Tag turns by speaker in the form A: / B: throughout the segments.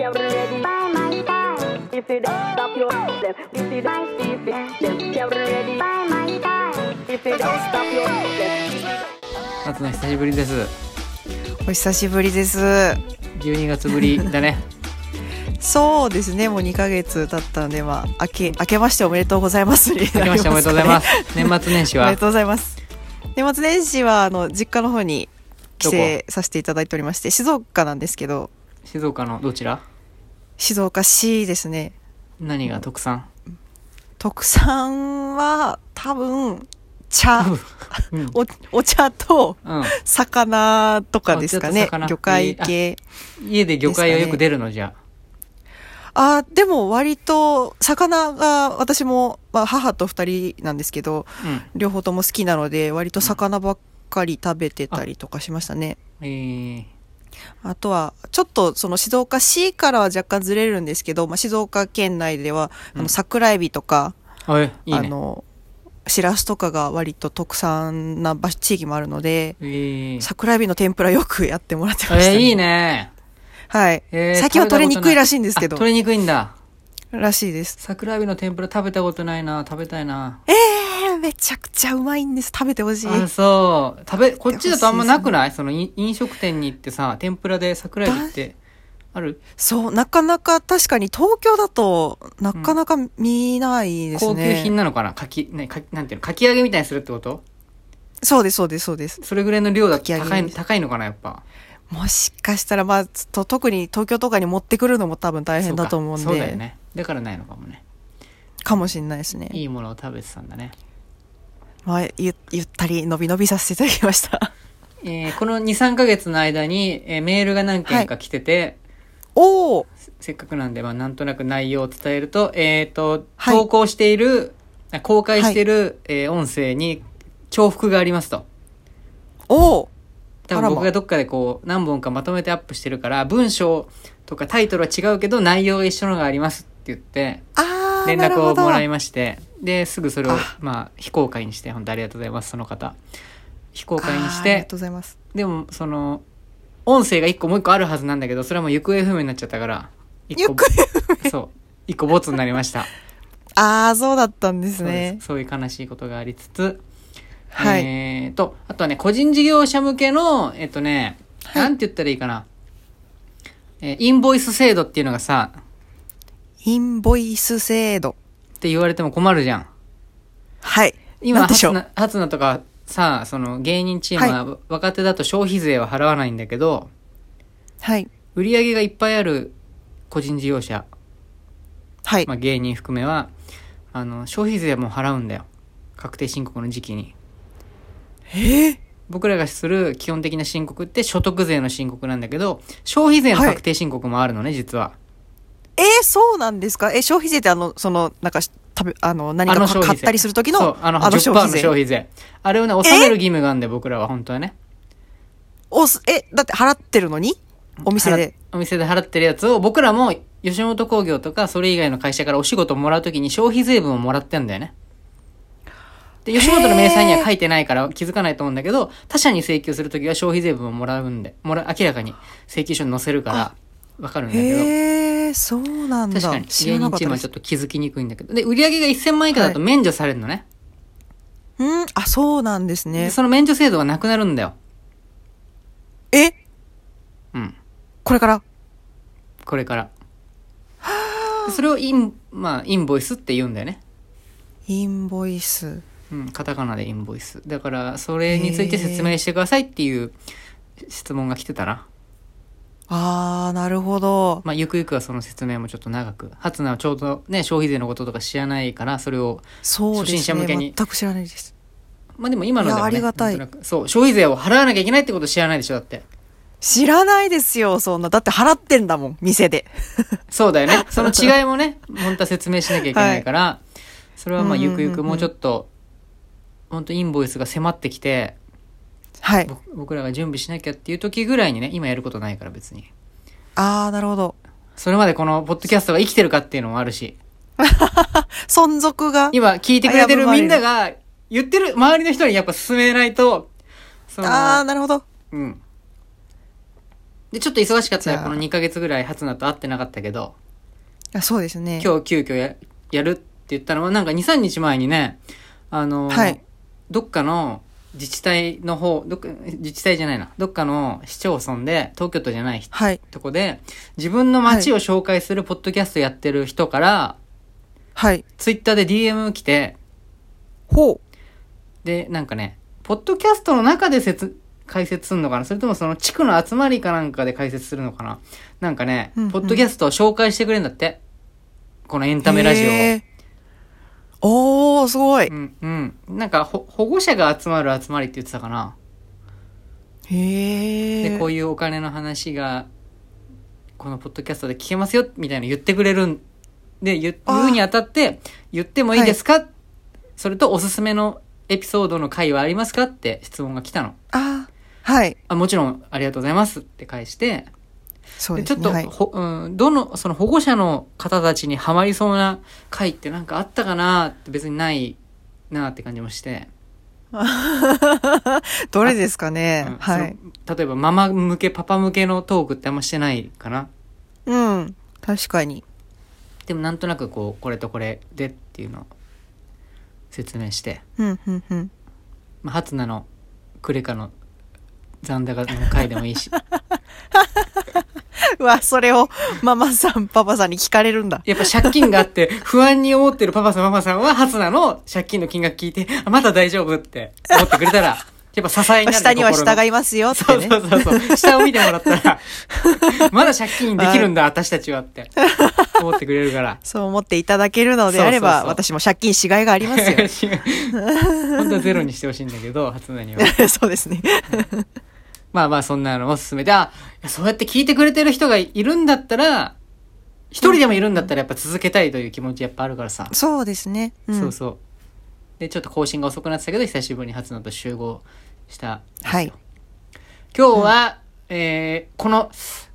A: You're ready by my side. If you don't stop your them, if you don't see them, you're ready by my side. If you don't stop your them,
B: 夏の久しぶりです
C: お久しぶりです
B: 12月ぶ りだね
C: そうですねもう2ヶ月経ったのでまあ明け明けましておめでとうございますに
B: 明
C: な
B: け
C: り
B: ましておめでとうございますす年末年始
C: かねおめ
B: は
C: でとうございます年末年始はあの実家の方に帰省させていただいておりまして静岡なんですけど
B: 静岡のどちら
C: 静岡市ですね
B: 何が特産
C: 特産は多分茶
B: うん、
C: おお茶と
B: うん、
C: 魚とかですか
B: お
C: ね
B: 茶と魚
C: 魚介系
B: 家で魚介はよく出るのじゃ
C: あでも割と魚が私も、まあ、母と2人なんですけど
B: あ、うん
C: 両方とも好きなので割と魚ばっかり食べてたりとかしましたね、
B: えー、
C: あとはちょっとその静岡市からは若干ずれるんですけど、まあ、静岡県内では
B: うん
C: あの桜エビとか、
B: あえいい
C: あ
B: ね
C: のしらすとかが割と特産な場所地域もあるので
B: えー、
C: 桜エビの天ぷらよくやってもらってました、
B: えー、
C: ね
B: いいね、
C: はい、
B: えー、
C: 最近は取れにくいらしいんで
B: です
C: けど
B: 取れにくいんだ
C: らしいです
B: 桜エビの天ぷら食べたことないな食べたいな
C: えー、めちゃくちゃうまいんです食べてほしい
B: あそう食べこっちだとあんまなくないそのい飲食店に行ってさ天ぷらで桜エビってある
C: そう、なかなか確かに東京だとなかなか見ないです
B: 高級
C: ね。
B: 品なのかなかき、ね、かきなんていうのかき揚げみたいにするってこと
C: そうです、そうです、そうです。
B: それぐらいの量だと
C: かき揚げ
B: 高い
C: です
B: 高いのかなやっぱ
C: もしかしたら、まあ、と特に東京とかに持ってくるのも多分大変だと思うんで、
B: そうかそうだよねだからないのかもね
C: かもしれないですね。
B: いいものを食べてたんだね、
C: まあ、ゆゆったり、のびのびさせていただき ました。
B: えーこの23ヶ月の間に、えーメールが何件か来てて、
C: おお
B: せっかくなんで、まあ、なんとなく内容を伝えると,、えーと
C: はい
B: 投稿しているあ公開している、えー音声に重複がありますと
C: おお
B: 多
C: あら
B: 分
C: ま
B: 僕がどっかでこう何本かまとめてアップしてるから文章とかタイトルは違うけど内容が一緒のがありますって言って
C: あー
B: 連
C: なる
B: 絡
C: ほ
B: を
C: ど
B: もらいましてですぐそれを
C: あ
B: まあ非公開にして本当ありがとうございますその方非公
C: あ
B: 開にし
C: ーありが
B: て
C: とうございます。
B: でもその音声が1個もう1個あるはずなんだけどそれはもう行方不明になっちゃったから一個
C: 行方
B: そう1個ボツになりました
C: ああ、 そうだったんです
B: そうで
C: ね
B: す。そういう悲しいことがありつつ、
C: はい
B: えーと、あとはね、個人事業者向けの、えっ、とね、
C: はい
B: なんて言ったらいいかな。えーインボイス制度っていうのがさ、
C: インボイス制度。
B: って言われても困るじゃん。
C: はい。な
B: 今、
C: んでし
B: 初
C: ょう
B: 菜初菜とかさ、その芸人チームは、若手だと消費税は払わないんだけど、
C: はい。
B: 売り上げがいっぱいある個人事業者、
C: はい。
B: まあ、芸人含めは、あの、消費税も払うんだよ。確定申告の時期に。
C: えー、
B: 僕らがする基本的な申告って所得税の申告なんだけど、消費税の確定申告もあるのね、実は。
C: えー、そうなんですかえ消費税ってあの、その、なんかし、食べ、あの、何
B: あ
C: か
B: の
C: か
B: 消費税。
C: 買ったりする時
B: そう
C: の、
B: あの、
C: あの
B: 10%
C: 消
B: の
C: 費税
B: 消。費税。あれをね、納める義務があるんだよ、僕らは、本当はね。
C: おす、え、だって払ってるのにお店で。
B: 払っ。お店で払ってるやつを、僕らも、吉本興業とか、それ以外の会社からお仕事もらうときに消費税分をもらってんだよね。で、吉本の明細には書いてないから気づかないと思うんだけど、他社に請求するときは消費税分をもらうんで、もら、明らかに請求書に載せるから、わかるんだけど。
C: へえ、そうなんだ。
B: 確かに
C: 知
B: 芸
C: ら
B: 人
C: なかっ
B: チー
C: た
B: ム
C: で
B: はちょ
C: す
B: っ。と気づきにくいんだけどで売り上げが1000万円以下だと免除されるのね,
C: うんあ、そうなんです
B: で、
C: ね。
B: その免除制度がなくなるんだよ
C: え
B: うん
C: これから
B: これからでそれをイン,、まあ、インボイスって言うんだよね、
C: インボイス。
B: うん、カタカナでインボイスだからそれについて説明してくださいっていう質問が来てたな、
C: あー、なるほど。
B: まあ、ゆくゆくはその説明もちょっと長く初菜はちょうどね消費税のこととか知らないからそれを
C: そうで
B: 初心
C: す
B: 者向
C: ね。
B: けに
C: 全く知らないです。
B: まあでも今ので
C: いや
B: は、ね、
C: ありがたい
B: なんとなくそう消費税を払わなきゃいけないってこと知らないでしょだって
C: 知らないですよ、そんな。だって払ってんだもん、店で。
B: そうだよ ね。その違いもね、本当は説明しなきゃいけないから、それはまあ
C: うんうん
B: ゆ
C: うんうん
B: くゆくもうちょっと、本当インボイスが迫ってきて、
C: はい。
B: ぼ僕らが準備しなきゃっていう時ぐらいにね、今やることないから別に。
C: あー、なるほど。
B: それまでこのポッドキャストが生きてるかっていうのもあるし、
C: 存続が。
B: 今聞いてくれてる
C: 危ぶま
B: み
C: れ
B: ん
C: る
B: なが言ってる周りの人にやっぱ進めないと、その、
C: あー、なるほど。
B: うん。で、ちょっと忙しかった
C: じゃ
B: ら、
C: あ
B: この2ヶ月ぐらい、初菜と会ってなかったけど、
C: あそうですね。
B: 今日急遽ややるって言ったのは、なんか2、3日前にね、あの、
C: はい
B: どっかの自治体の方、どっか、自治体じゃないな、どっかの市町村で、東京都じゃない
C: はい。
B: とこで、自分の街を紹介するポッドキャストやってる人から、
C: はい。
B: ツイッターで DM 来て、
C: ほう。
B: で、なんかね、ポッドキャストの中で説、解説するのかなそれともその地区の集まりかなんかで解説するのかななんかね、
C: うんうん
B: ポッドキャストを紹介してくれるんだって。このエンタメラジオを。
C: へーおー、すごい。
B: うん、うん。なんかほ、保護者が集まる集まりって言ってたかな。
C: へえ。
B: で、こういうお金の話が、このポッドキャストで聞けますよ、みたいなの言ってくれるんで、言
C: あー
B: 言うにあたって、言ってもいいですか、それとおすすめのエピソードの回はありますかって質問が来たの。
C: あーはい。
B: あ、もちろんありがとうございますって返して、
C: そう
B: で
C: です
B: ち
C: ね。
B: ょっと、
C: はい、
B: ほうん、どの、その保護者の方たちにハマりそうな回ってなんかあったかなって別にないなって感じもして、
C: どれですかね
B: うん
C: はい。
B: その例えばママ向け、パパ向けのトークってあんましてないかな。
C: うん。確かに。
B: でもなんとなくこう、これとこれでっていうのを説明して、
C: うん、うん、うん。
B: まあ、初菜のクレカの残高の回でもいいし、
C: うわ、それをママさ ん、パパさんに聞かれるんだ。
B: やっぱ借金があって不安に思ってるパパさんママさんは初なの借金の金額聞いて、あ、まだ大丈夫って思ってくれたら、やっぱ支えになる
C: 下には従
B: い
C: いますよって
B: そう
C: ね。
B: そうそうそう。下を見てもらったら、 まだ借金できるんだ、私たちはって思ってくれるから。
C: そう思っていただけるのであれば、
B: そうそう
C: 私も借金しがいがありますよ。
B: 本当はゼロにしてほしいんだけど、初なには。
C: そうですね。
B: まあまあ、そんなのも勧めて、あ、いやそうやって聞いてくれてる人がいるんだったら、一人でもいるんだったらやっぱ続けたいという気持ちやっぱあるからさ。
C: そうですね。うん
B: そうそう。で、ちょっと更新が遅くなってたけど、久しぶりに初野と集合したんですよ。
C: はい。
B: 今日は、えーこの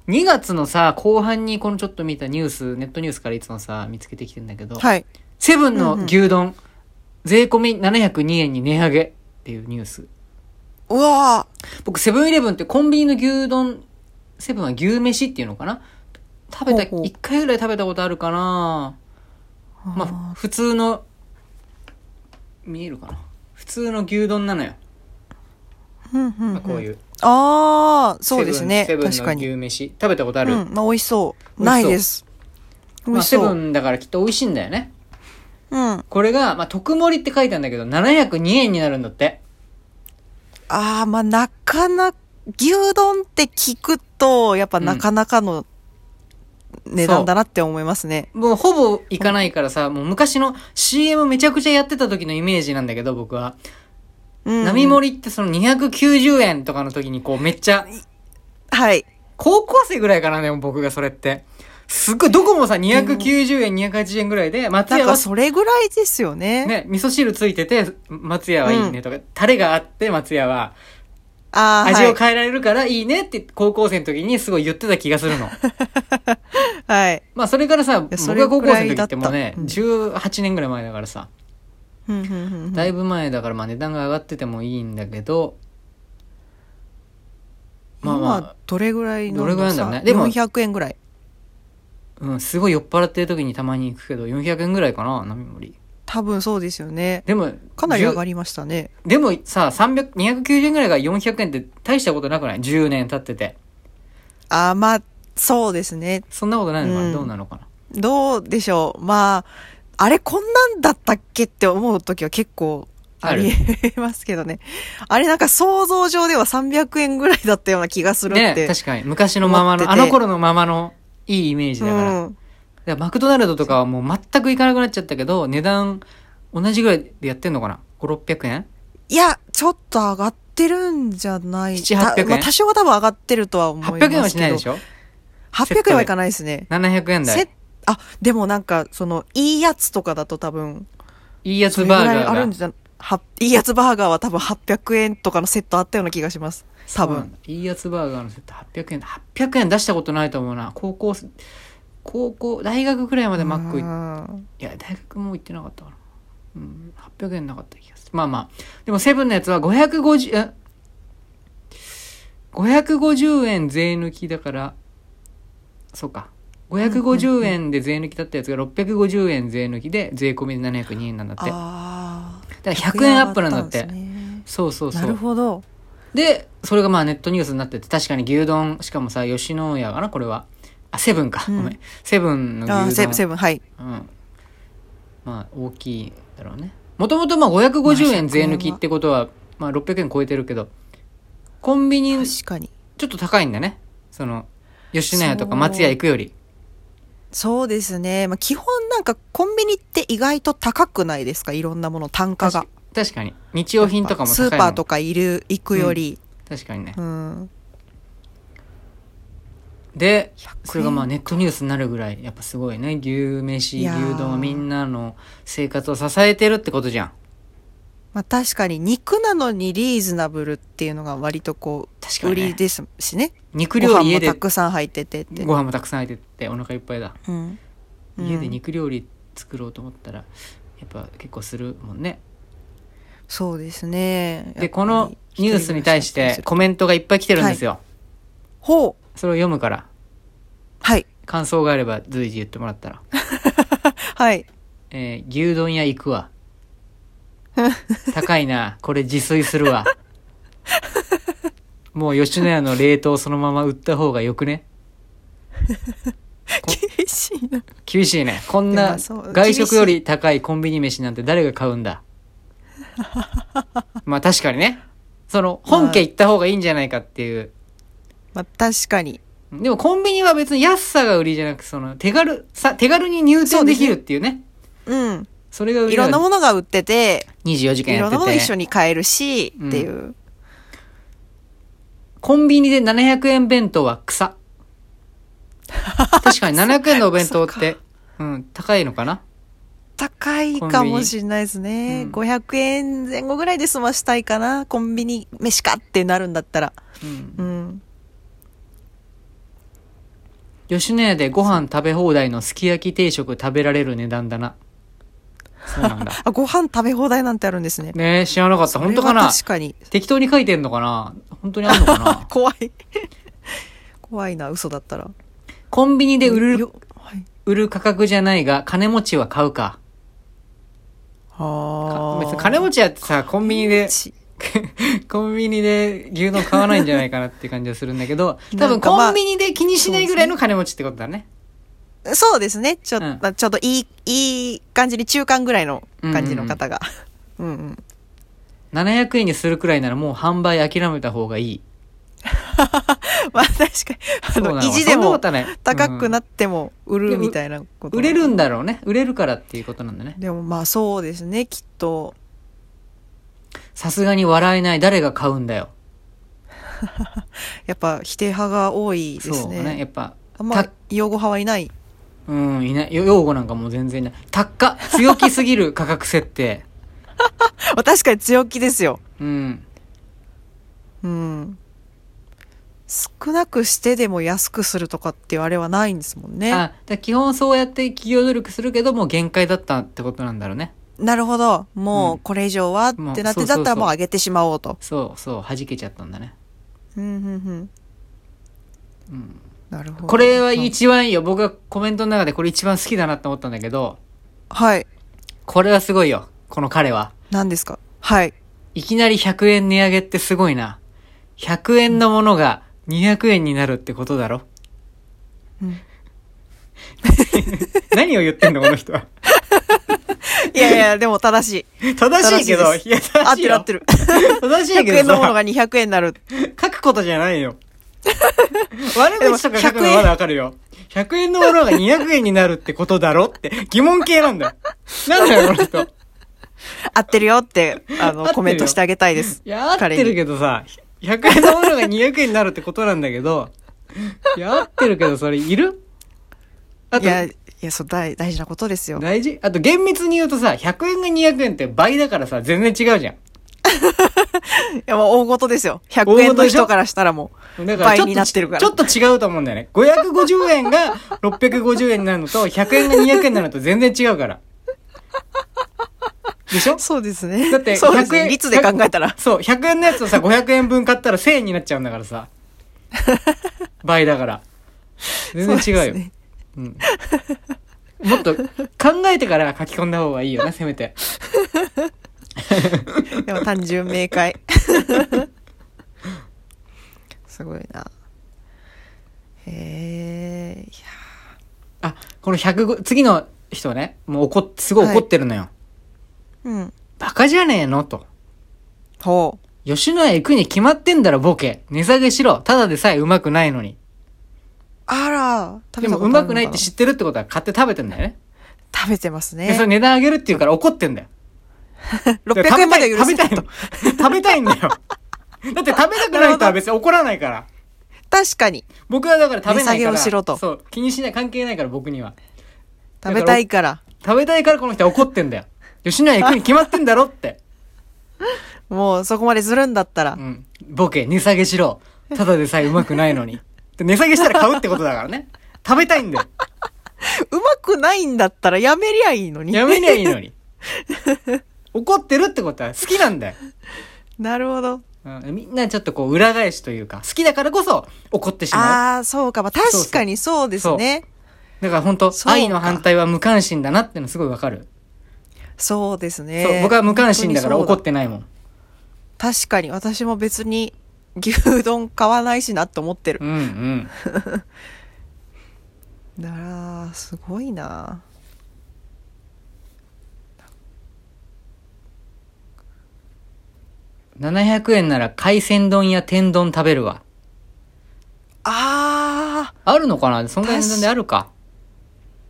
B: 2月のさ、後半にこのちょっと見たニュース、ネットニュースからいつもさ、見つけてきてんだけど、
C: はい。
B: セブンの牛丼、税込み702円に値上げっていうニュース。
C: うわ
B: 僕、セブンイレブンってコンビニの牛丼、セブンは牛飯っていうのかな食べた、
C: ほうほう
B: 一回ぐらい食べたことあるかな
C: ー
B: まあ、普通の、見えるかな普通の牛丼なのよ。
C: うんうん。
B: まあ、こういうう。
C: ああ、そうですね。
B: セブン
C: 確
B: セ
C: か
B: ブンの
C: に。
B: 牛飯。食べたことあ
C: う
B: る、
C: ん。まあ、美味しそう。
B: 美味しそう
C: ないです。美
B: まあ、
C: 味し
B: セ
C: そ
B: ブ
C: う。
B: ンだからきっと美味しいんだよね。
C: うん。あ
B: これが、まあ、特盛りって書いてあるんだけど、702円になるんだって。
C: あー、まあ、なかなか、牛丼って聞くと、やっぱなかなかの値段だなって思いますね。
B: もうほぼ行かないからさ、もう昔の CM めちゃくちゃやってた時のイメージなんだけど、僕は。
C: うん。
B: 並盛りってその290円とかの時にこうめっちゃ、
C: はい。
B: 高校生ぐらいかな、でも僕がそれって。すっごい、どこもさ、290円、280円ぐらいで、松
C: なん
B: 屋は
C: か、それぐらいですよね。
B: ね、味噌汁ついてて、松屋はいいねとか、タレがあって松屋は、
C: ああ、
B: 味を
C: は
B: 変えられるからいいねって高校生の時にすごい言ってた気がす るの。
C: い。はい。
B: まあそれからさ、僕
C: それ
B: が高
C: く
B: 校生
C: ら
B: の
C: い
B: 時
C: だ
B: っ
C: った
B: てもうね、
C: うん
B: 18年ぐらい前だからさ、
C: うんうんうんうん
B: だいぶ前だからまあ値段が上がっててもいいんだけど、まあ
C: 今
B: ま
C: どれぐらいの
B: どれぐらいなんだろうね
C: さ
B: でも
C: 400円ぐらい
B: あ、うん、すごい酔っ払ってる時にたまに行くけど、400円ぐらいかな、並盛り。
C: 多分そうですよね
B: でも、
C: かなり上が
B: り。
C: りましたね
B: でもさ、300、290円ぐらいが400円って大したことなくない ?10 年経ってて。
C: あーまあそうですね
B: そんなことないのかな、
C: うん
B: どうなのかな
C: どうでしょうまああれこんなんだったっけって思う時は結構ありえますけどねあれなんか想像上では300円ぐらいだったような気がするって、
B: ね確かに。昔のまま
C: 思って
B: の、
C: て
B: あの頃のままの、いいイメージだから。
C: うん
B: だからマクドナルドとかはもう全く行かなくなっちゃったけど、値段同じぐらいでやってんのかな ?5、600円
C: いやちょっと上がってるんじゃない
B: 700
C: たまあ
B: 円
C: 多少は多分上がってるとは思いますけど
B: ?800 円はしないでし
C: ょ
B: ょ
C: 800円はいかないですね
B: ?700 円
C: セ
B: 台
C: ッ。あ、でもなんか、その、いいやつとかだと多分、
B: いいやつ
C: それぐ
B: バー
C: らい
B: ガ
C: ある
B: ー
C: ん
B: が。
C: じゃ、はいいやつバーガーは多分800円とかのセットあったような気がします。多分。
B: いいやつバーガーのセット800円。800円出したことないと思うな。高校、高校、大学くらいまでマック行っ
C: うん
B: いや、大学も行ってなかったから。うん、800円なかった気がする。まあまあ。でも、セブンのやつは550、え550円税抜きだからそうか550円で税抜きだったやつが650円税抜きで税込みで702円なんだってだか
C: ああ。
B: ら100円アップなんだって
C: 100円上がたんです
B: そうそう
C: ね
B: そ
C: なる
B: う
C: ほど。
B: でそれがまあネットニュースになってて確かに牛丼しかもさ吉野家かなこれはあセブンか、
C: うん
B: ごめんセブンの牛
C: あ
B: 丼
C: ーセブン、セブン、はい。
B: うん、まあ大きいだろうねもともとまあ550円税抜きってことは、まあ、600円超えてるけどコンビニ
C: 確かに。
B: ちょっと高いんだねその吉野家と
C: そ
B: か
C: う
B: 松屋行くより
C: そうですね。まあ、基本なんかコンビニって意外と高くないですかいろんなもの、単価が。
B: 確かに日用品とかも高い
C: ス
B: もん
C: ーパーとかいる、行くより。
B: 確かにね
C: うん。
B: で
C: 円
B: それがまあネットニュースになるぐらいやっぱすごいね牛飯
C: い
B: 牛
C: やー
B: 丼はみんなの生活を支えてるってことじゃん
C: まあ確かに肉なのにリーズナブルっていうのが割とこ
B: 確
C: う、
B: か
C: 売
B: に、ね
C: り、ですしね。
B: 肉
C: ご
B: 料理
C: 飯
B: 家
C: もた
B: で
C: くさん入っててって。
B: ご飯もたくさん入ってってお腹いっぱいだ
C: うん。うん
B: 家で肉料理作ろうと思ったらやっぱ結構するもんね
C: そうですね。
B: でこのニュースに対してコ
C: ン
B: メントがいっぱい来てるんですよ、
C: ほう。
B: それを読むから
C: はい。
B: 感想があれば随時言ってもらったら
C: はい。
B: えー牛丼屋行く わ。高いな。これ自炊するわ。もう吉野家の冷凍そのまま売った方がよくね
C: 厳しいな。
B: 厳しいね。こん
C: い
B: な
C: やそう
B: 外食より高いコンビニ飯なんて誰が買うん だまあ確かにね。その本家行った方がいいんじゃないかっていう。
C: まあ確かに。
B: でもコンビニは別に安さが売りじゃなくその手軽さ、手軽に入店できるっていうね。
C: うん。
B: それが売り
C: いろんなも
B: の
C: のが売ってて、
B: 24時間
C: い
B: や
C: ろ
B: っ
C: んな
B: て
C: もの
B: て。
C: 一緒に買えるし、
B: うん
C: っていう。
B: コンビニで700円弁当は草。 確かに700円のお弁当って、うん、高いのかな
C: 高いかもしれないですね。
B: うん
C: 500円前後ぐらいで済ましたいかな。コンビニ飯かってなるんだったら。
B: うん。
C: うん。。
B: 吉野家でご飯食べ放題のすき焼き定食食べられる値段だな。そうなんだ
C: あ、ご飯食べ放題なんてあるんですね。
B: ねえ、知らなかった。本当か
C: これは
B: な
C: 確かに。
B: 適当に書いてんのかな本当にあるのかな
C: 怖 い。怖いな、嘘だったら。
B: コンビニで売る
C: よ、はい。
B: 売る価格じゃないが、金持ちは買うか。
C: あ
B: 別
C: あ。
B: に金持ちやってさ、コンビニで、
C: ち
B: コンビニで牛丼買わないんじゃないかなって感じがするんだけ ど、多
C: なん
B: 分
C: かまあ
B: コンビニで気にしないぐらいの金持ちってことだね。
C: そうですね。ちょ,、
B: うん
C: ちょっといい、いい感じに中間ぐらいの感じの方が。うんうん、
B: 700円にするくらいならもう販売諦めた方がいい。
C: まあ確か
B: そう
C: に、
B: な
C: あ
B: の
C: の、維持でも高
B: 高
C: くなっても売
B: で
C: る
B: も
C: みたいなこと。
B: 売れるんだろうね。売れるからっていうことなんだね。
C: でもまあそうですね、きっと。
B: さすがに笑えない誰が買うんだよ。
C: やっぱ否定派が多いで
B: そ
C: す
B: う
C: ね。
B: ね。やっぱ、
C: あんま
B: た
C: 擁護派はいない。
B: うん、いない。よ用語なんかもう全然いない。高っ強気すぎる価格設定。
C: まあ確かに強気ですよ。
B: うん。
C: うん。少なくしてでも安くするとかっていうあれはないんですもんね。
B: あ、だ基本そうやって企業努力するけどもう限界だったってことなんだろうね。
C: なるほど。
B: う
C: も
B: ん
C: うこれ以上はって
B: も
C: な
B: う
C: って、
B: そうそう
C: だ
B: そう
C: ったらもう上げてしまおうと。
B: そうそう、弾けちゃったんだね。
C: うんうんうん。
B: うん。
C: なるほど。
B: これは一番いいよ。僕がコメントの中でこれ一番好きだなと思ったんだけど、
C: はい。
B: これはすごいよ。この彼は。
C: 何ですかはい。
B: いきなり100円値上げってすごいな。100円のものが200円になるってことだろ。
C: うん
B: 何を言ってんのこの 人は。
C: いやいや、でも正しい。
B: 正しいけど、
C: 正しいです合ってる合って
B: る。
C: る。
B: 正しいけど
C: 100円のもの
B: さ、
C: が200円になる。
B: 書くことじゃ ないよ。悪口とか書くのまだわかるよ。100円のものが200円になるってことだろって疑問系なんだよ。なんだよ、この人。
C: 合ってるよって、
B: 合
C: あ
B: ってる
C: の、
B: よ
C: コメントしてあげたいです。
B: いや、合って
C: 彼
B: る
C: に
B: けどさ、100円のものが200円になるってことなんだけど、いや、合ってるけど、それいるあ
C: い
B: と、
C: や、いや、そう、大、大事なことですよ。
B: 大事あと厳密に言うとさ、100円が200円って倍だからさ、全然違うじゃ
C: いや、もう大事ですよ。
B: 事
C: 100
B: でしょ
C: 円の人からしたらもう、
B: ん。だから
C: 倍
B: ちょっ
C: に
B: と
C: なってるから
B: ちょっと違うと思うんだよね。550円が650円になるのと、100円が200円になるのと全然違うから。でしょ
C: そうですね。
B: だって
C: そうです
B: 100
C: ね。
B: 円
C: 率で考えたら。
B: そう、100円のやつをさ、500円分買ったら1000円になっちゃうんだからさ。倍だから。全然違うよ。
C: そうですね
B: うん、もっと考えてから書き込んだ方がいい よな、せめて。
C: でも単純明快。 すごいな。へえ、い
B: あ、この105、次の人ね、もう怒っ、すごい怒ってるのよ。
C: や。うん。
B: バカじゃねえのと。
C: ほう。
B: 吉野家行くに決まってんだろ、ボケ。値下げしろ。ただでさえうまくないのに。
C: あら、
B: で
C: 食べた
B: も
C: こと
B: う
C: あるのか
B: まくないって知ってるってことは買って食べてんだよね。
C: 食べてます
B: でそれ
C: ね。
B: 値段上げるって言うから怒ってんだよ。
C: 600円までは許せないと。
B: 食べたいんだ よ。だって食べたくない人は別に怒らないから。
C: 確かに。
B: 僕はだから食べないから。
C: 値下げをしろと
B: そう。気にしない、関係ないから僕には。
C: 食べたいから。
B: 食べたいからこの人は怒ってんだよ。吉野家行くに決まってんだろ って。
C: もうそこまでするんだったら
B: う。ん。ボケ、値下げしろ。ただでさえうまくないのに。で値下げしたら買うってことだからね。食べたいんだよ。
C: うまくないんだったらやめりゃいいのに。
B: やめりゃいいのに。怒ってるってことは好きなんだよ。
C: なるほど。
B: うん、みんなちょっとこう裏返しというか、好きだからこそ怒ってしまう。
C: ああ、そうか。まあ
B: そう
C: 確かにそうですね。
B: だから本当
C: そうか
B: 愛の反対は無関心だなってのすごいわかる。
C: そうですね。
B: そう、僕は無関心だから怒
C: 本当にそう
B: ってないもん。
C: 確かに私も別に牛丼買わないしなと思ってる
B: う。んうん。
C: だからすごいな
B: 700円なら海鮮丼や天丼食べるわ。
C: あー
B: あるのかなそんな値段であるか。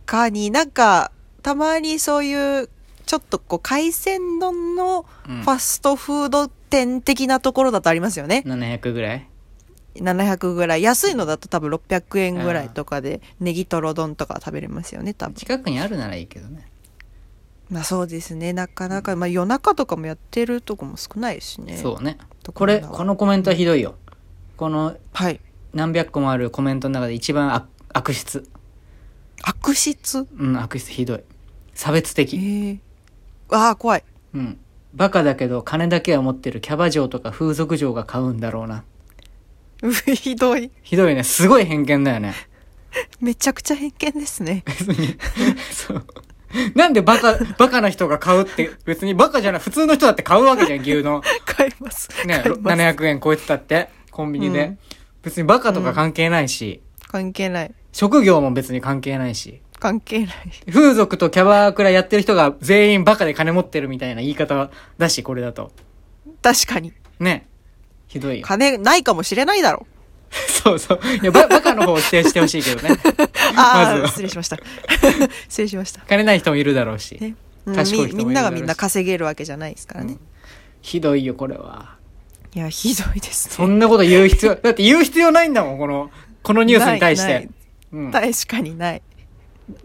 C: かになんかたまにそういうちょっとこう海鮮丼のフ
B: うん
C: ァストフード店的なところだとありますよね、
B: 700ぐらい
C: 700ぐらい安いのだと多分600円ぐらいとかでネギトロ丼とか食べれますよね多分
B: 近くにあるならいいけどね。
C: まあそうですねなかなか、まあ、夜中とかもやってるとこも少ないしね
B: そうね。
C: とこ
B: こ
C: ろ
B: れ、
C: だわ
B: このコメントはひどいよ。この
C: はい
B: 何百個もあるコメントの中で一番悪悪質。
C: 悪質
B: うん、悪質ひどい。差別
C: え
B: 的。
C: ー、ああ怖い
B: うん。バカだけど金だけは持ってるキャバ嬢とか風俗嬢が買うんだろうな。
C: うふひどい
B: ひどいね。すごい偏見だよね。
C: めちゃくちゃ偏見で すね
B: 別に。そう。なんでバカ、バカな人が買うって、別にバカじゃない、普通の人だって買うわけじゃん、牛丼。
C: 買います。
B: ね、
C: 買います。
B: 700円超えてたって、コンビニで。
C: うん
B: 別にバカとか関係ないし、
C: 関係ない。
B: 職業も別に関係ないし、
C: 関係ない。
B: 風俗とキャバクラやってる人が全員バカで金持ってるみたいな言い方だし、これだと。
C: 確かに。
B: ね。ひどいよ。
C: 金ないかもしれないだろう。
B: そうそう。いや、ババカの方を否定してほしいけど ね。ま
C: あ
B: ず
C: あ、
B: は
C: 失礼しました。 失礼しました。
B: 金ない人もいるだろうし。
C: ね。うん
B: 賢い人もいるだろうし
C: みみんながみんな稼げるわけじゃないですからね。
B: ひどいよ、これは。
C: いや、ひどいです
B: そ
C: ね。
B: んなこと言う必 要、だって言う必要ないんだもん、この、このニュースに対し
C: な
B: て
C: い。
B: うん。
C: 確かにない。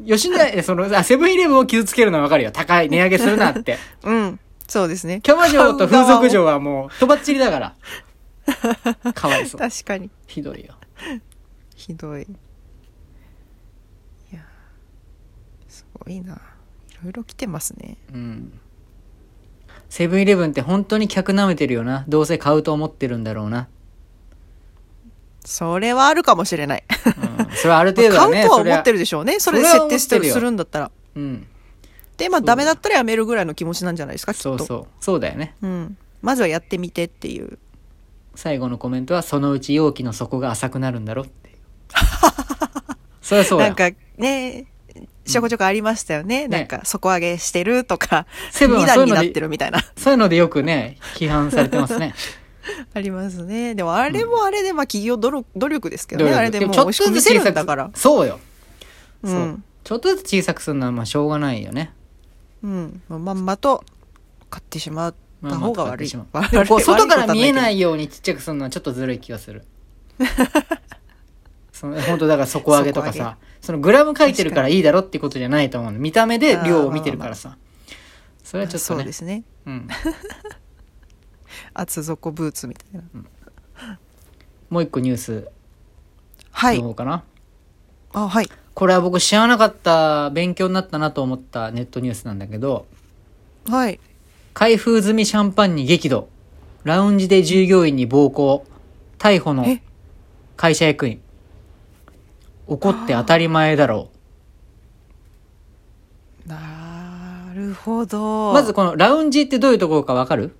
B: 吉野家、その、あセブンイレブンを傷つけるのはわかるよ。高い、値上げするな って。
C: うん。そうですね。
B: キャバ嬢と風俗嬢
C: は。
B: はもう、とばっちりだ から。かわいそう。
C: 確かに。
B: ひどいよ。
C: ひどい。いや、すごいな。いろいろ来てますね。
B: うん。セブンイレブンって本当に客舐めてるよな。どうせ買うと思ってるんだろうな。
C: それはあるかもしれない。
B: うん。それはある程
C: 買
B: 度はね。
C: うとは
B: そり
C: 思
B: ゃ
C: ってるでしょうね。それで
B: それは
C: 設
B: 思
C: 定
B: っ
C: してて
B: る
C: る
B: よ
C: するんだったら。
B: うん。
C: で、まあ、
B: そう
C: ダメだったらやめるぐらいの気持ちなんじゃないですか、きっ
B: そ
C: と。
B: うそう。そうだよね。
C: うん。まずはやってみてっていう。
B: 最後のコメントは、そのうち容器の底が浅くなるんだろ っていう。そりゃそうだ
C: な
B: よ
C: ん。か、ね、ちょこちょこありましたよね。
B: ん
C: なんか、底上げしてるとか、
B: セブンは
C: 2
B: そういう
C: 段に
B: の
C: な
B: で
C: ってるみたいな。
B: そういうのでよくね、批判されてますね。
C: ありますね。でも、あれもあれで、まあ、企業努力努力 ですけど
B: 努
C: ね。
B: 力
C: あれでもう、
B: ち
C: 美
B: ょっと
C: 味しく見
B: ずつ
C: せ
B: 小
C: るん
B: さ
C: だ
B: く
C: から。
B: そうよ。
C: う
B: そ
C: ん。
B: ちょっとずつ小さくするのはまあしょうがないよね。
C: うん。まんまと、買ってしまった方が悪い。
B: まあまあ
C: 悪
B: でもこう外から見えな。
C: 悪
B: いようにちっちゃくするのはちょっとずるい気がす る。その本当だから底上げとか
C: 底上げ
B: さ、そのグラム書いてるからいいだろってことじゃないと思うの見た目で量を見てるからさ。それ
C: い
B: は
C: ことはない
B: ちょっと
C: そう
B: ね
C: で。すね。
B: うん。
C: 厚底ブーツみたいな。
B: もう一個ニュース
C: は
B: の
C: い。
B: 方かな。
C: あ、はい。
B: これは僕知らなかった、勉強になったなと思ったネットニュースなんだけど、
C: はい。
B: 開封済みシャンパンに激怒。ラウンジで従業員に暴行。逮捕の
C: え
B: 会社役員。怒って当たり前だろ
C: なるほ
B: う。
C: ど。
B: まず、このラウンジってどういうところかわかる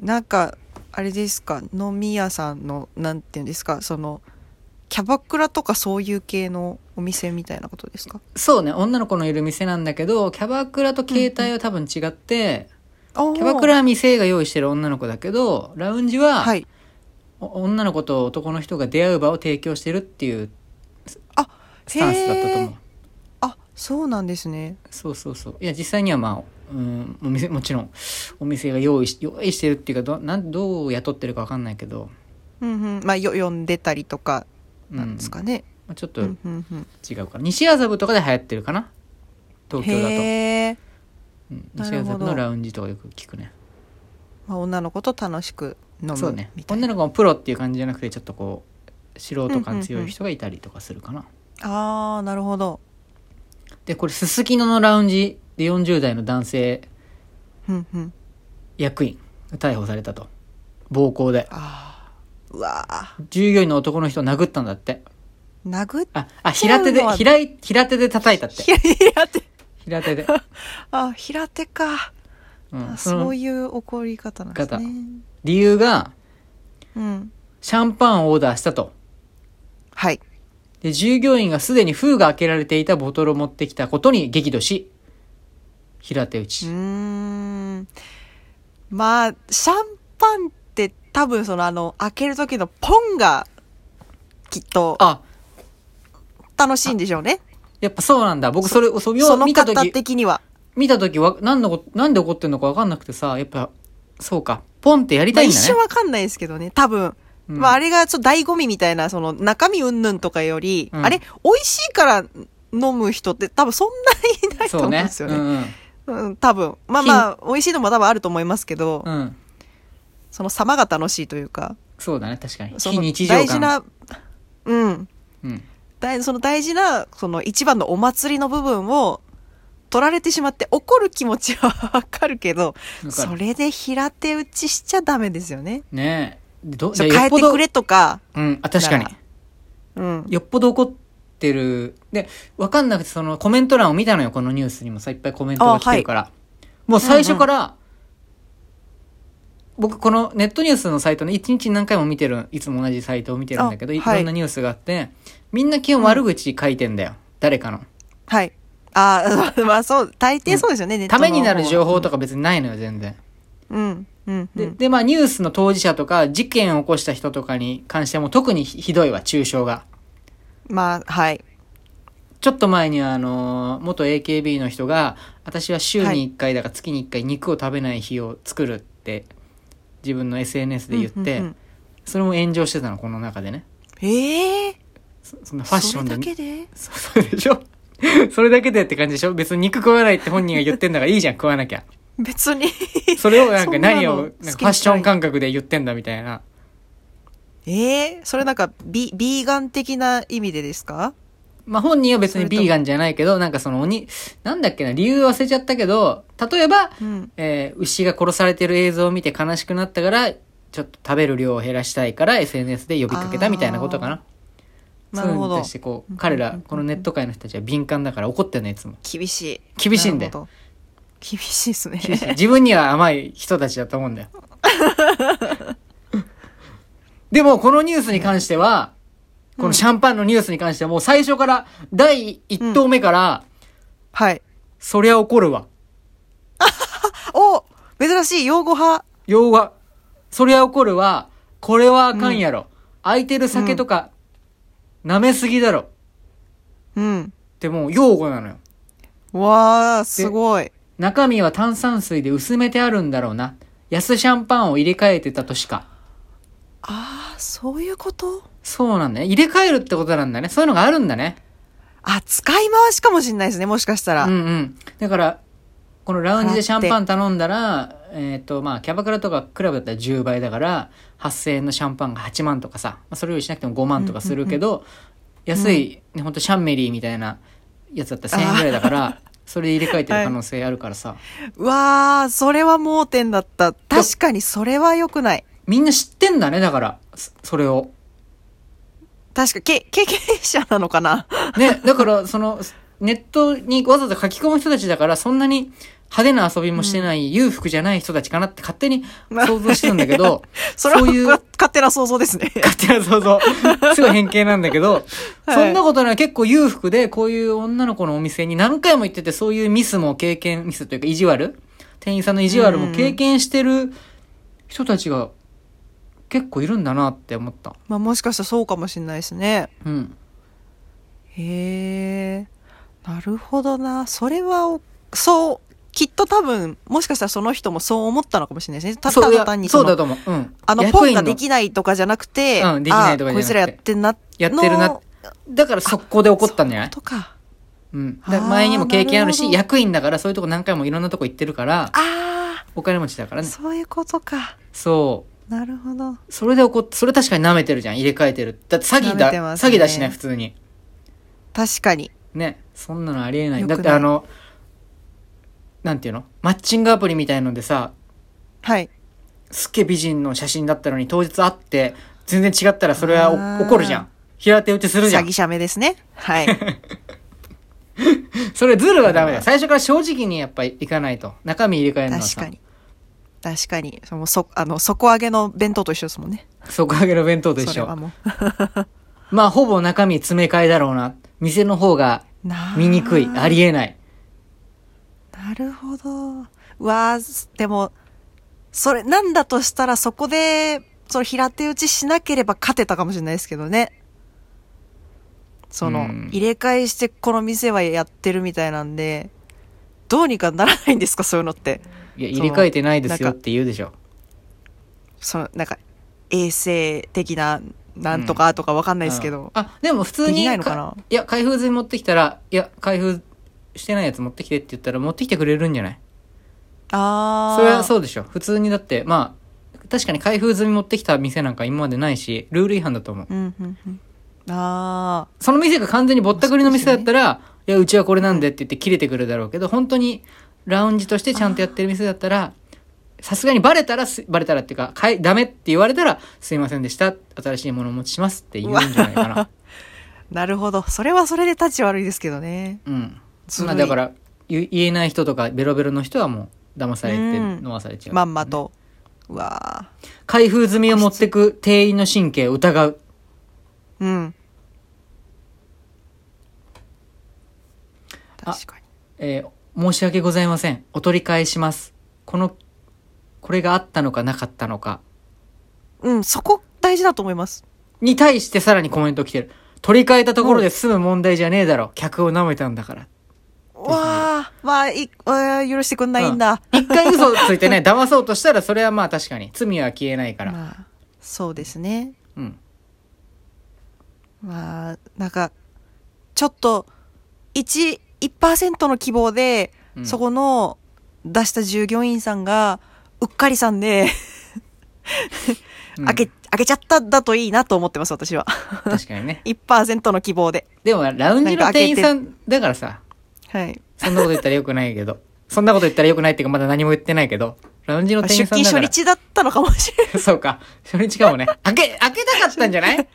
C: なんか、あれですか、飲み屋さんの、なんていうんですか、その、キャバクラとかそういう系のお店みたいなことですか
B: そうね、女の子のいる店なんだけど、キャバクラと携帯は多分違って、
C: キ
B: キャバクラは店が用意してる女の子だけど、ラウンジは、
C: はい。
B: お女の子と男の人が出会う場を提供してるっていう
C: あ、
B: スタンスだったと思
C: へ
B: う
C: ー。あ、そうなんですね。
B: そうそうそう。いや、実際にはまあ、うん、お店、もちろん、お店が用意し、用意してるっていうか、ど、なん、どう雇ってるかわかんないけど、
C: うんうん。まあ、よ、読んでたりとか、
B: うん
C: なんですかね。
B: まあ、ちょっと
C: う
B: 違
C: んうんうん。
B: うかな。西麻布とかで流行ってるかな東京だと。
C: へー
B: うん
C: な
B: 西
C: るほ
B: 麻
C: ど
B: 布のラウンジとかよく聞くね。
C: まあ、女の子と楽しく飲むみた
B: そ
C: いうな。
B: ね。女の子もプロっていう感じじゃなくて、ちょっとこう、素人感強い人がいたりとかするかな。
C: ああ、なるほど。
B: で、これ、すすきののラウンジで40代の男性
C: うんうん。
B: 役員が逮捕されたと。暴行で。
C: ああ。うわあ。
B: 従業員の男の人を殴ったんだって。
C: 殴っ、
B: あ、あ、平手
C: 違う
B: で
C: の、は
B: 平い、平手で叩いたって。
C: いやいやって。
B: 平手で。
C: あ、平手か。
B: う
C: あ
B: ん、そ
C: そ
B: の
C: ういう怒り方なんですね。
B: 理由が、
C: うん。
B: シャンパンをオーダーしたと。
C: はい。
B: で、従業員がすでに封が開けられていたボトルを持ってきたことに激怒し、平手打
C: うー
B: ち。
C: ん。まあ、シャンパンって多分そのあの、開ける時のポンが、きっと
B: あ、
C: 楽しいんでしょうね。
B: やっぱそうなんだ。僕それ、それ
C: そ
B: を
C: の
B: 見た
C: 方
B: 時
C: 的には。
B: 見た時は、何のこ、なんで怒ってんのかわかんなくてさ、やっぱ、そうか。ポンってやり
C: ま
B: た
C: あ、
B: いん
C: 一
B: だね
C: 瞬。わかんないですけどね、多分。
B: うん
C: まあ、あれがちょっと醍醐味みたいな、その中身うんぬんとかより、
B: うん
C: あれ、美味しいから飲む人って多分そんなにいないと
B: そ
C: 思う
B: うんね
C: で。す
B: う
C: よ
B: ん
C: ね。
B: うん。
C: うん、多分。まあまあ、美味しいのも多分あると思いますけど、
B: うん。
C: その様が楽しいというか、
B: そうだね、確かに。
C: そ
B: 非
C: の
B: 日常感。
C: 大事な、うん。
B: うん。
C: 大その大事な、その一番のお祭りの部分を取られてしまって怒る気持ちはわかるけど、
B: だから
C: それで平手打ちしちゃダメですよね。
B: ねえ。でど
C: ちょ
B: じゃあよ
C: 変え
B: っぽ
C: て
B: ど
C: くれとか、
B: うん、あ、確かに
C: な。うん。
B: よっぽど怒ってる。で、わかんなくて、そのコメント欄を見たのよ、このニュースにもさ、いっぱいコメントが来てるから。もう最初から、僕、このネットニュースのサイトの一日に何回も見てる、いつも同じサイトを見てるんだけど、
C: あ
B: い
C: はい
B: ろんなニュースがあって、みんな基本悪口書いてんだよ。誰かの。
C: はい。ああ、 まあそう、大抵そうですよね、ネット
B: た
C: の
B: めになる情報とか別にないのよ、全然。
C: うん。うん。う
B: で、
C: ん。
B: で、まあニュースの当事者とか、事件を起こした人とかに関してはもう特にひひどいわ、中傷が。
C: まあ、はい。
B: ちょっと前にあの、元 AKB の人が、私は週に1回だから月に1回肉を食べない日を作るって、自分の SNS で言って、
C: うんうんうん
B: それも炎上してたの、この中でね。
C: ええ
B: そそんなファッ
C: ー、
B: シ
C: そ
B: ョ
C: れ
B: ンで。
C: だけで
B: そそうでしょ それだけでって感じでしょ別に肉食わないって本人が言ってんだからいいじゃん、食わなきゃ。
C: 別に。
B: それをなんか
C: そんなの
B: 何を、なん
C: 好
B: か
C: き
B: フ
C: に
B: ァッション感覚で言ってんだみたいな。
C: ええそれなんかビ、ビーガン的な意味でですか
B: まあ、本人は別にビーガンじゃないけど、なんかそのおに、なんだっけな、理由忘れちゃったけど、例えば、
C: うん。
B: えー牛が殺されてる映像を見て悲しくなったから、ちょっと食べる量を減らしたいから SNS で呼びかけたみたいなことかな。
C: なる
B: そ
C: ほ
B: ういうのに
C: ど
B: 対してこう、彼ら、このネット界の人たちは敏感だから怒ってんのいつも。
C: 厳しい。
B: 厳しいんだよ
C: なるほど。厳しいですね。
B: 自分には甘い人たちだと思うんだよ。 でも、このニュースに関しては、このシャンパンのニュースに関してはもう最初から、第1投目から、
C: はい。
B: そりゃ怒るわ。
C: お珍しい用語派。
B: 要は、そりゃ怒るは、これはあかんやろ。空いてる酒とか、舐めすぎだろ。っ
C: うん。
B: てもう用語なのよ。
C: わー、すごい。
B: 中身は炭酸水で薄めてあるんだろうな。安シャンパンを入れ替えてたとしか。
C: あー、そういうこと
B: そうなんだね。入れ替えるってことなんだね。そういうのがあるんだね。
C: あ、使い回しかもしれないですね、もしかしたら。
B: うんうん。だから、このラウンジでシャンパン頼んだら、えっ、と、まあ、キャバクラとかクラブだったら10倍だから、8000円のシャンパンが8万とかさ、まあ、それよりしなくても5万とかするけど、安い、ね、ほんとシャンメリーみたいなやつだったら1000円ぐらいだから、それ入れ替えてる可能性あるからさ、
C: うわー、それは盲点だった。確かに、それは良くない。
B: みんな知ってんだね、だから、そそれを。
C: 確か、け、経験者なのかな
B: ね、だから、その、ネットにわざわざ書き込む人たちだから、そんなに派手な遊びもしてない、裕福じゃない人たちかなって勝手に想像してたんだけ ど、
C: それは
B: そういう
C: 勝手な想像ですね。
B: 勝手な想像。すごい偏見なんだけど、
C: はい
B: そんなことない結構裕福で、こういう女の子のお店に何回も行ってて、そういうミスも経験、ミスというか意地悪店員さんの意地悪も経験してる人たちが結構いるんだなって思った。
C: まあもしかしたらそうかもしれないですね。
B: うん。
C: へえ。なるほどな。それはお、そう、きっと多分、もしかしたらその人もそう思ったのかもしれないですね。た
B: そうい
C: だ
B: や
C: 単に
B: そう
C: そ
B: だ
C: の、
B: と思う。うん。
C: あの、ポ
B: 役
C: ン
B: 員
C: ができないとかじゃなくて、
B: うんできないとかじゃなくて
C: あこいつらやってんな、
B: やってるな
C: の
B: だから速攻で怒ったんじゃない
C: とか。
B: うん。だから前にも経験あるし、
C: あーなるほど
B: 役員だからそういうとこ何回もいろんなとこ行ってるから、
C: あ
B: お金持ちだから
C: あ、
B: ね。
C: そういうことか。
B: そう。
C: なるほど。
B: それで怒って、それ確かに舐めてるじゃん。入れ替えてる。だって詐欺
C: 舐め
B: だ、
C: てます
B: 詐
C: ね
B: 欺だしね、普通に。
C: 確かに。
B: ね。そんなのありえない。
C: よく
B: だ
C: ない
B: ってあの、なんていうのマッチングアプリみたいのでさ、
C: はい。
B: すっげえ美人の写真だったのに当日会って、全然違ったらそれは
C: あ
B: お
C: ー
B: 怒るじゃん。平手打ちするじゃ
C: 詐
B: ん
C: 欺。者目ですね。 はい。
B: それずるはダメだよ。最初から正直にやっぱいかないと。中身入れ替えるのは
C: 確
B: さ
C: かに。確かに。その、そ、あの、底上げの弁当と一緒ですもんね。
B: 底上げの弁当と一
C: それ
B: 緒
C: は。も
B: まあ、ほぼ中身詰め替えだろうな。店の方が
C: う。な
B: 見にくい。ありえない。
C: なるほど。うわあ、でも、それ、なんだとしたらそこで、その平手打ちしなければ勝てたかもしれないですけどね。その、
B: うん
C: 入れ替えしてこの店はやってるみたいなんで、どうにかならないんですか、そういうのって。
B: いや、
C: そ
B: 入
C: の
B: れ替えてないですよ
C: な
B: っ
C: んか
B: て言うでしょ。
C: その、なんか、衛生的な、なんとかとかわかんないですけど。
B: うんあ、でも普通に。
C: できないのかない
B: や、開封済み持ってきたら、いや、開封してないやつ持ってきてって言ったら持ってきてくれるんじゃない
C: ああ。
B: それはそうでしょ。普通にだって、まあ、確かに開封済み持ってきた店なんか今までないし、ルール違反だと思う。
C: うん、うん、うん。あ
B: その店が完全にぼったくりの店だったら、いや、うちはこれなんでって言って切れてくるだろうけど、本当にラウンジとしてちゃんとやってる店だったら、さすがにバレたらす、バレたらっていうか、かい、ダメって言われたら、すいませんでした。新しいものをお持ちしますって言うんじゃない かな。
C: あ。なるほど。それはそれで立ち悪いですけどね。
B: うん。
C: ずるい
B: まあだから、言言えない人とか、ベロベロの人はもう、騙されて、
C: うん
B: 飲まされちゃう。
C: まんまと。うわあ。
B: 開封済みを持ってく店員の神経を疑う。
C: うん。
B: あ
C: 確かに。
B: えー申し訳ございません。お取り替えします。この、これがあったのかなかったのか。
C: うん、そこ大事だと思います。
B: に対してさらにコメント来てる。取り替えたところで済む問題じゃねえだろ。客を舐めたんだから。
C: わあ、まあ、い、あー許してくんないんだ。
B: うん一回嘘つい てね、騙そうとしたらそれはまあ確かに。罪は消えないから。
C: まあ、そうですね。
B: うん。
C: まあ、なんか、ちょっと、1、1%の希望で、
B: うん
C: そこの出した従業員さんが、うっかりさんで、
B: うん
C: 開け、開けちゃったんだといいなと思ってます、私は。
B: 確かにね。
C: 1%の希望で。
B: でもラウンジの店員さんだからさ、
C: はい。
B: そんなこと言ったらよくないけど。そんなこと言ったらよくないっていうかまだ何も言ってないけど。ラウンジの
C: 出
B: 店員さん
C: 勤
B: だか
C: 初
B: ら。
C: 日だったのかもしれない。
B: 日そうか。初日かもね。開け、開けたかったんじゃない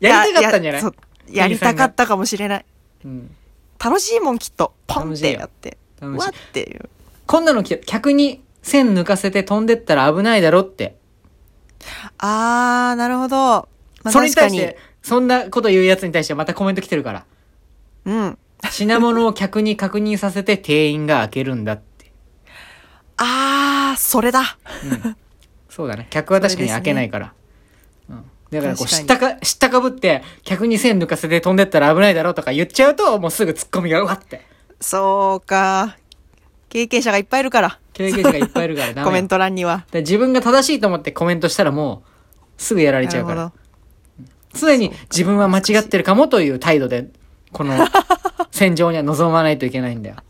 B: やりたかったんじゃない
C: やそうやりたかったかもしれない。
B: うん。
C: 楽しいもんきっと。ポン
B: 楽
C: っ
B: しい
C: て
B: よ
C: やって。う
B: 楽しい
C: わっていう。
B: こんなのき客に線抜かせて飛んでったら危ないだろって。
C: あー、なるほど。まあ、
B: それに
C: 確
B: 対
C: か
B: し
C: に。
B: て、そんなこと言うやつに対してまたコメント来てるから。
C: うん。
B: 品物を客に確認させて店員が開けるんだって。
C: あー、それだ。
B: そうだね。客は確かに開けないから。うん。だからこう、知っ
C: 確
B: たか、知ったかぶって、客に線抜かせて飛んでったら危ないだろうとか言っちゃうと、もうすぐ突っ込みがうわって。
C: そうか。経験者がいっぱいいるから。
B: 経験者がいっぱいいるからダメよ。
C: コメン
B: だか
C: ト欄には。
B: ら自分が正しいと思ってコメントしたらもう、すぐやられちゃうか
C: な
B: ら
C: る。ほ
B: 常に自分は間違ってるかもという態度で、こ の戦場には臨まないといけないんだよ。
C: ど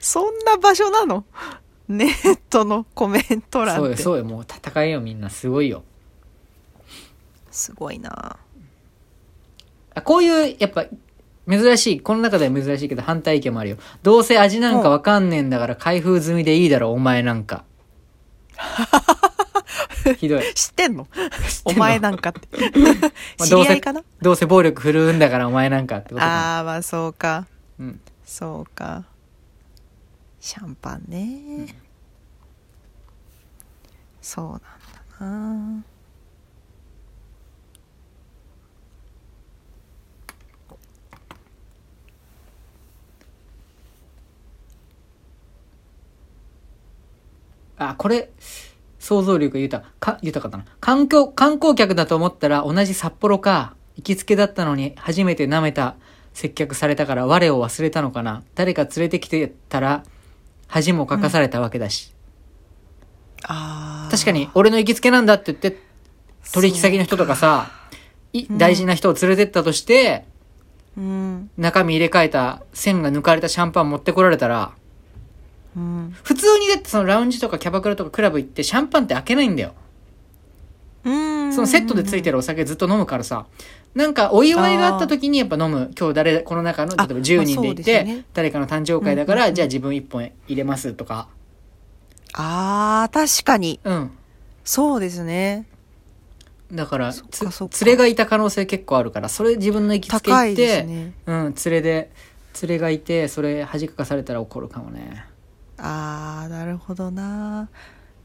C: そんな場所なの ネットのコメント欄って。
B: そうよ、そうよ。もう戦えよみんな。すごいよ。
C: すごいな
B: あこういう、やっぱ、珍しい、この中では珍しいけど反対意見もあるよ。どうせ味なん かわかんねえんだから開封済みでいいだろ、お前なんか。ひどい。
C: 知ってんの
B: てんの
C: お前なんかって。
B: まあ
C: 知り合いかな
B: どうせ暴力振るうんだからお前なんかってことだ。
C: ああー、まあそうか。
B: うん。
C: そうか。シャンパンね。そうなんだな。
B: あ、これ、想像力豊か、か豊かだな。環境、観光客だと思ったら同じ札幌か、行きつけだったのに初めて舐めた、接客されたから我を忘れたのかな。誰か連れてきてたら、恥もかかされたわけだし。
C: ああ。
B: 確かに、俺の行きつけなんだって言って、取引先の人とかさ、い大事な人を連れてったとして、
C: うん。
B: 中身入れ替えた線が抜かれたシャンパン持ってこられたら、
C: うん。
B: 普通にだってそのラウンジとかキャバクラとかクラブ行ってシャンパンって開けないんだよ。
C: うん。
B: そのセットでついてるお酒ずっと飲むからさ、なんかお祝いがあった時にやっぱ飲む。今日誰、この中の、例えば
C: あ
B: 10人で
C: まあそう
B: 行っ
C: ですよ
B: て
C: ね、
B: 誰かの誕生会だから、じゃあ自分1本入れますとか。
C: ああ、確かに。
B: うん。
C: そうですね。
B: だから、
C: そっか
B: つ
C: そっか
B: 連れがいた可能性結構あるから、それ自分の行きつけ
C: 高
B: 行っ
C: いで
B: て、
C: すね。
B: うん、連れで、連れがいて、それ恥かかされたら怒るかもね。
C: ああ、なるほどな。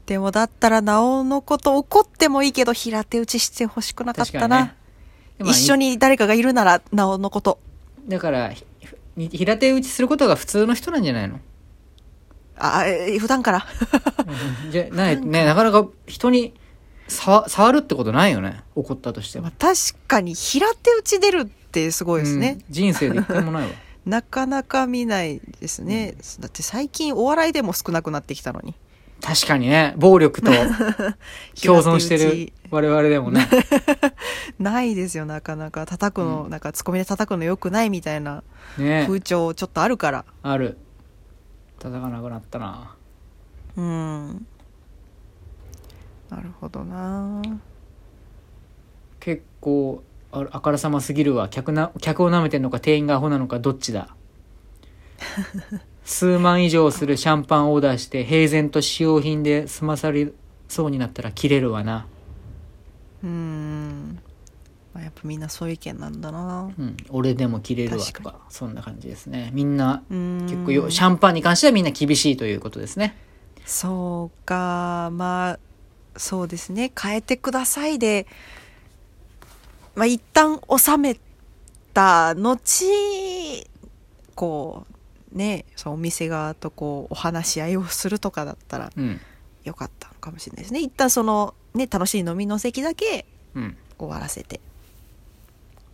C: でもだったら、なおのこと怒ってもいいけど、平手打ちしてほしくなかっ
B: 確か
C: た
B: に
C: な。
B: ね。でも
C: 一緒に誰かがいるなら、なおのこと。
B: だから、ひひ平手打ちすることが普通の人なんじゃ ないの
C: ああ、え普段から。
B: うんじゃない、ね、なかなか人に触触るってことないよね。怒ったとして
C: まあ
B: も。
C: 確かに、平手打ち出るってすごいですね。
B: うん人生で一回もないわ。
C: なかなか見ないですね。だって最近お笑いでも少なくなってきたのに。
B: 確かにね、暴力 と共存して
C: 平手
B: る
C: 打ち
B: 我々でも ね。
C: ないですよ、なかなか。叩くの、なんかツッコミで叩くの良くないみたいな
B: ね
C: 風潮ちょっとあるから。
B: ある。叩かなくなったな。
C: うん。なるほどな
B: 結構、ああからさますぎるわ。客な、客を舐めてんのか店員がアホなのかどっち だ。数万以上するシャンパンオーダーして平然と使用品で済まされそうになったら切れるわな。
C: うん。まあ、やっぱみんなそういう意見なんだな
B: うん、俺でも切れるわと
C: 確か
B: かそんな感じですねみんな
C: うん。
B: 結構よシャンパンに関してはみんな厳しいということですね
C: そうかまあそうですね変えてくださいでまあ一旦収めた後こうねそのお店側とこうお話し合いをするとかだったら
B: うん
C: よかったのかもしれないですね一旦そのね楽しい飲みの席だけ
B: うん
C: 終わらせてっ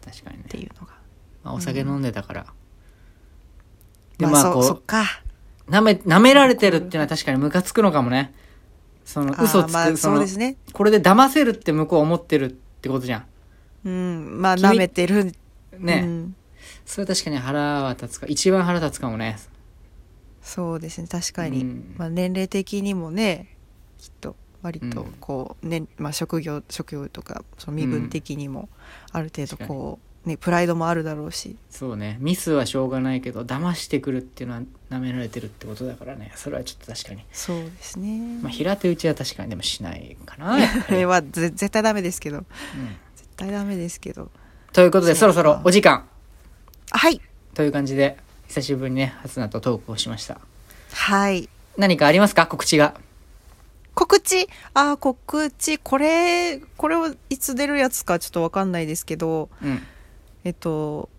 B: 確かにね
C: ていうのが
B: まあ、お酒飲んでたから、で
C: まあ
B: まあ
C: そ
B: こ
C: そっ
B: う
C: か
B: なめ舐められてるっていうのは確かにムカつくのかもねその
C: あー
B: 嘘つく、
C: まあ
B: そ
C: そう
B: の
C: ですね
B: これで騙せるって向こう思ってるってことじゃん
C: うんまあ
B: 君
C: 舐めてる
B: ね、
C: うん
B: それ確かに腹は立つか一番腹立つかもね
C: そうですね確かに、
B: うん
C: まあ、年齢的にもねきっと割と
B: うん
C: こう、ねまあ、職業職業とかその身分的にもある程度
B: 確かに
C: こう、ね、プライドもあるだろうし
B: そうねミスはしょうがないけど騙してくるっていうのは舐められてるってことだからねそれはちょっと確かに
C: そうですね、
B: まあ、平手打ちは確かにでもしないかな。やっ
C: こ
B: ぱ り
C: れ
B: うん
C: はぜ絶対ダメですけど絶対ダメですけど
B: ということで、そ
C: そう
B: ろ
C: か
B: そろお時間
C: あはい
B: という感じで、久しぶりにね、初菜とトークをしました。
C: はい
B: 何かありますか告知が。
C: 告知あー告知これこれはいつ出るやつかちょっとわかんないですけど
B: うん。
C: えっと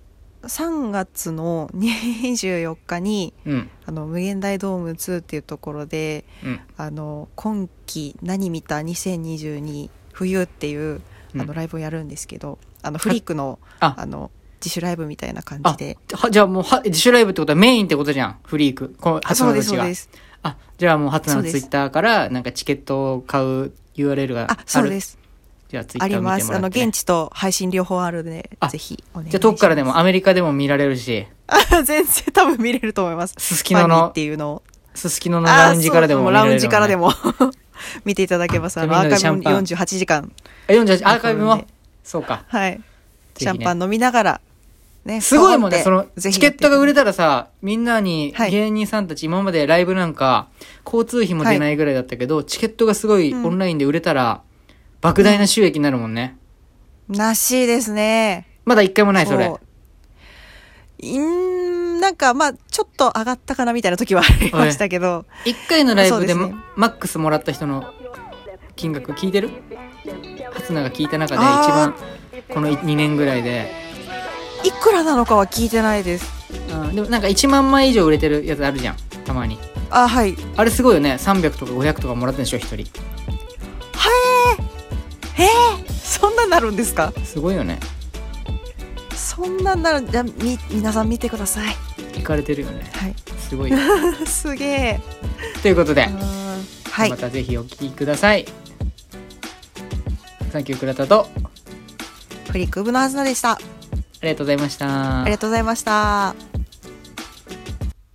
C: 3月の24日に
B: うん。
C: あの無限大ドーム2っていうところで
B: うん。
C: あの今季何見た2022冬っていうあ
B: うん
C: のライブをやるんですけど、あのフリークの
B: あ
C: あの自主ライブみたいな感
B: あ
C: じで、
B: はじゃあもうは、自主ライブってことはメインってことじゃん。フリーク。こう初
C: そ
B: 菜
C: うで
B: たち
C: すそう
B: が
C: で。す
B: あ、じゃあもう初菜の
C: そうで
B: ツ
C: す
B: イッターから、なんかチケットを買う URL がある。
C: あそうです
B: じゃあツイッタ
C: あ
B: ー見て
C: り
B: もら
C: ま
B: って、
C: す
B: ね。
C: あの現地と配信両方あるので
B: あ
C: ぜひお願いし
B: じゃ
C: ま
B: あ
C: す
B: 遠くからでも、アメリカでも見られるし、
C: あ 全然多分見れると思います
B: すすきのの
C: ファニーっていうのを
B: すすきののラウンジからでも
C: あ
B: 見
C: そう
B: られる、
C: ラウンジからで。も 見ていただけますあの
B: じゃあ
C: ア
B: みん
C: ー
B: なでシャンパ
C: カイブ
B: ン
C: 48時間
B: あ、48、アーカイブ
C: そう
B: も
C: ね。
B: そうか。
C: はい、
B: ひ
C: シ
B: ね
C: ャンパン飲みながらね
B: すごいもんね、
C: ポ
B: そ
C: ン
B: の
C: って、ぜ
B: チ
C: ひ
B: ケ
C: やっ
B: ッ
C: て
B: トが売れたらさ、みんなに
C: は、い
B: 芸人さんたち、今までライブなんか、交通費も出ないぐらいだったけど、チケットがすごい
C: うん
B: オンラインで売れたら、莫大な収益になるもんね。
C: らしいですね。
B: まだ一回もない、それ
C: う。。いんなんかまあちょっと上がったかなみたいな時はありましたけど、
B: 一回のライブで
C: そう
B: も
C: ですね
B: マックスもらった人の金額聞いてる初菜が聞いた中で一
C: あー
B: 番この2年ぐらいで、
C: いくらなのかは聞いてないです。
B: うん、でもなんか1万枚以上売れてるやつあるじゃんたまに
C: あ、はい。
B: あれすごいよね300とか500とかもらってんでしょ1人
C: そんななるんですか
B: すごいよね
C: そんななるじゃあみ皆さん見てください。
B: 行かれてるよね
C: はい
B: すごい
C: すげえ。
B: ということで、
C: うんはい
B: ま。たぜひお聴きくださいサンキュー倉田と
C: フリック部のはずなでした。
B: ありがとうございました
C: ありがとうございました。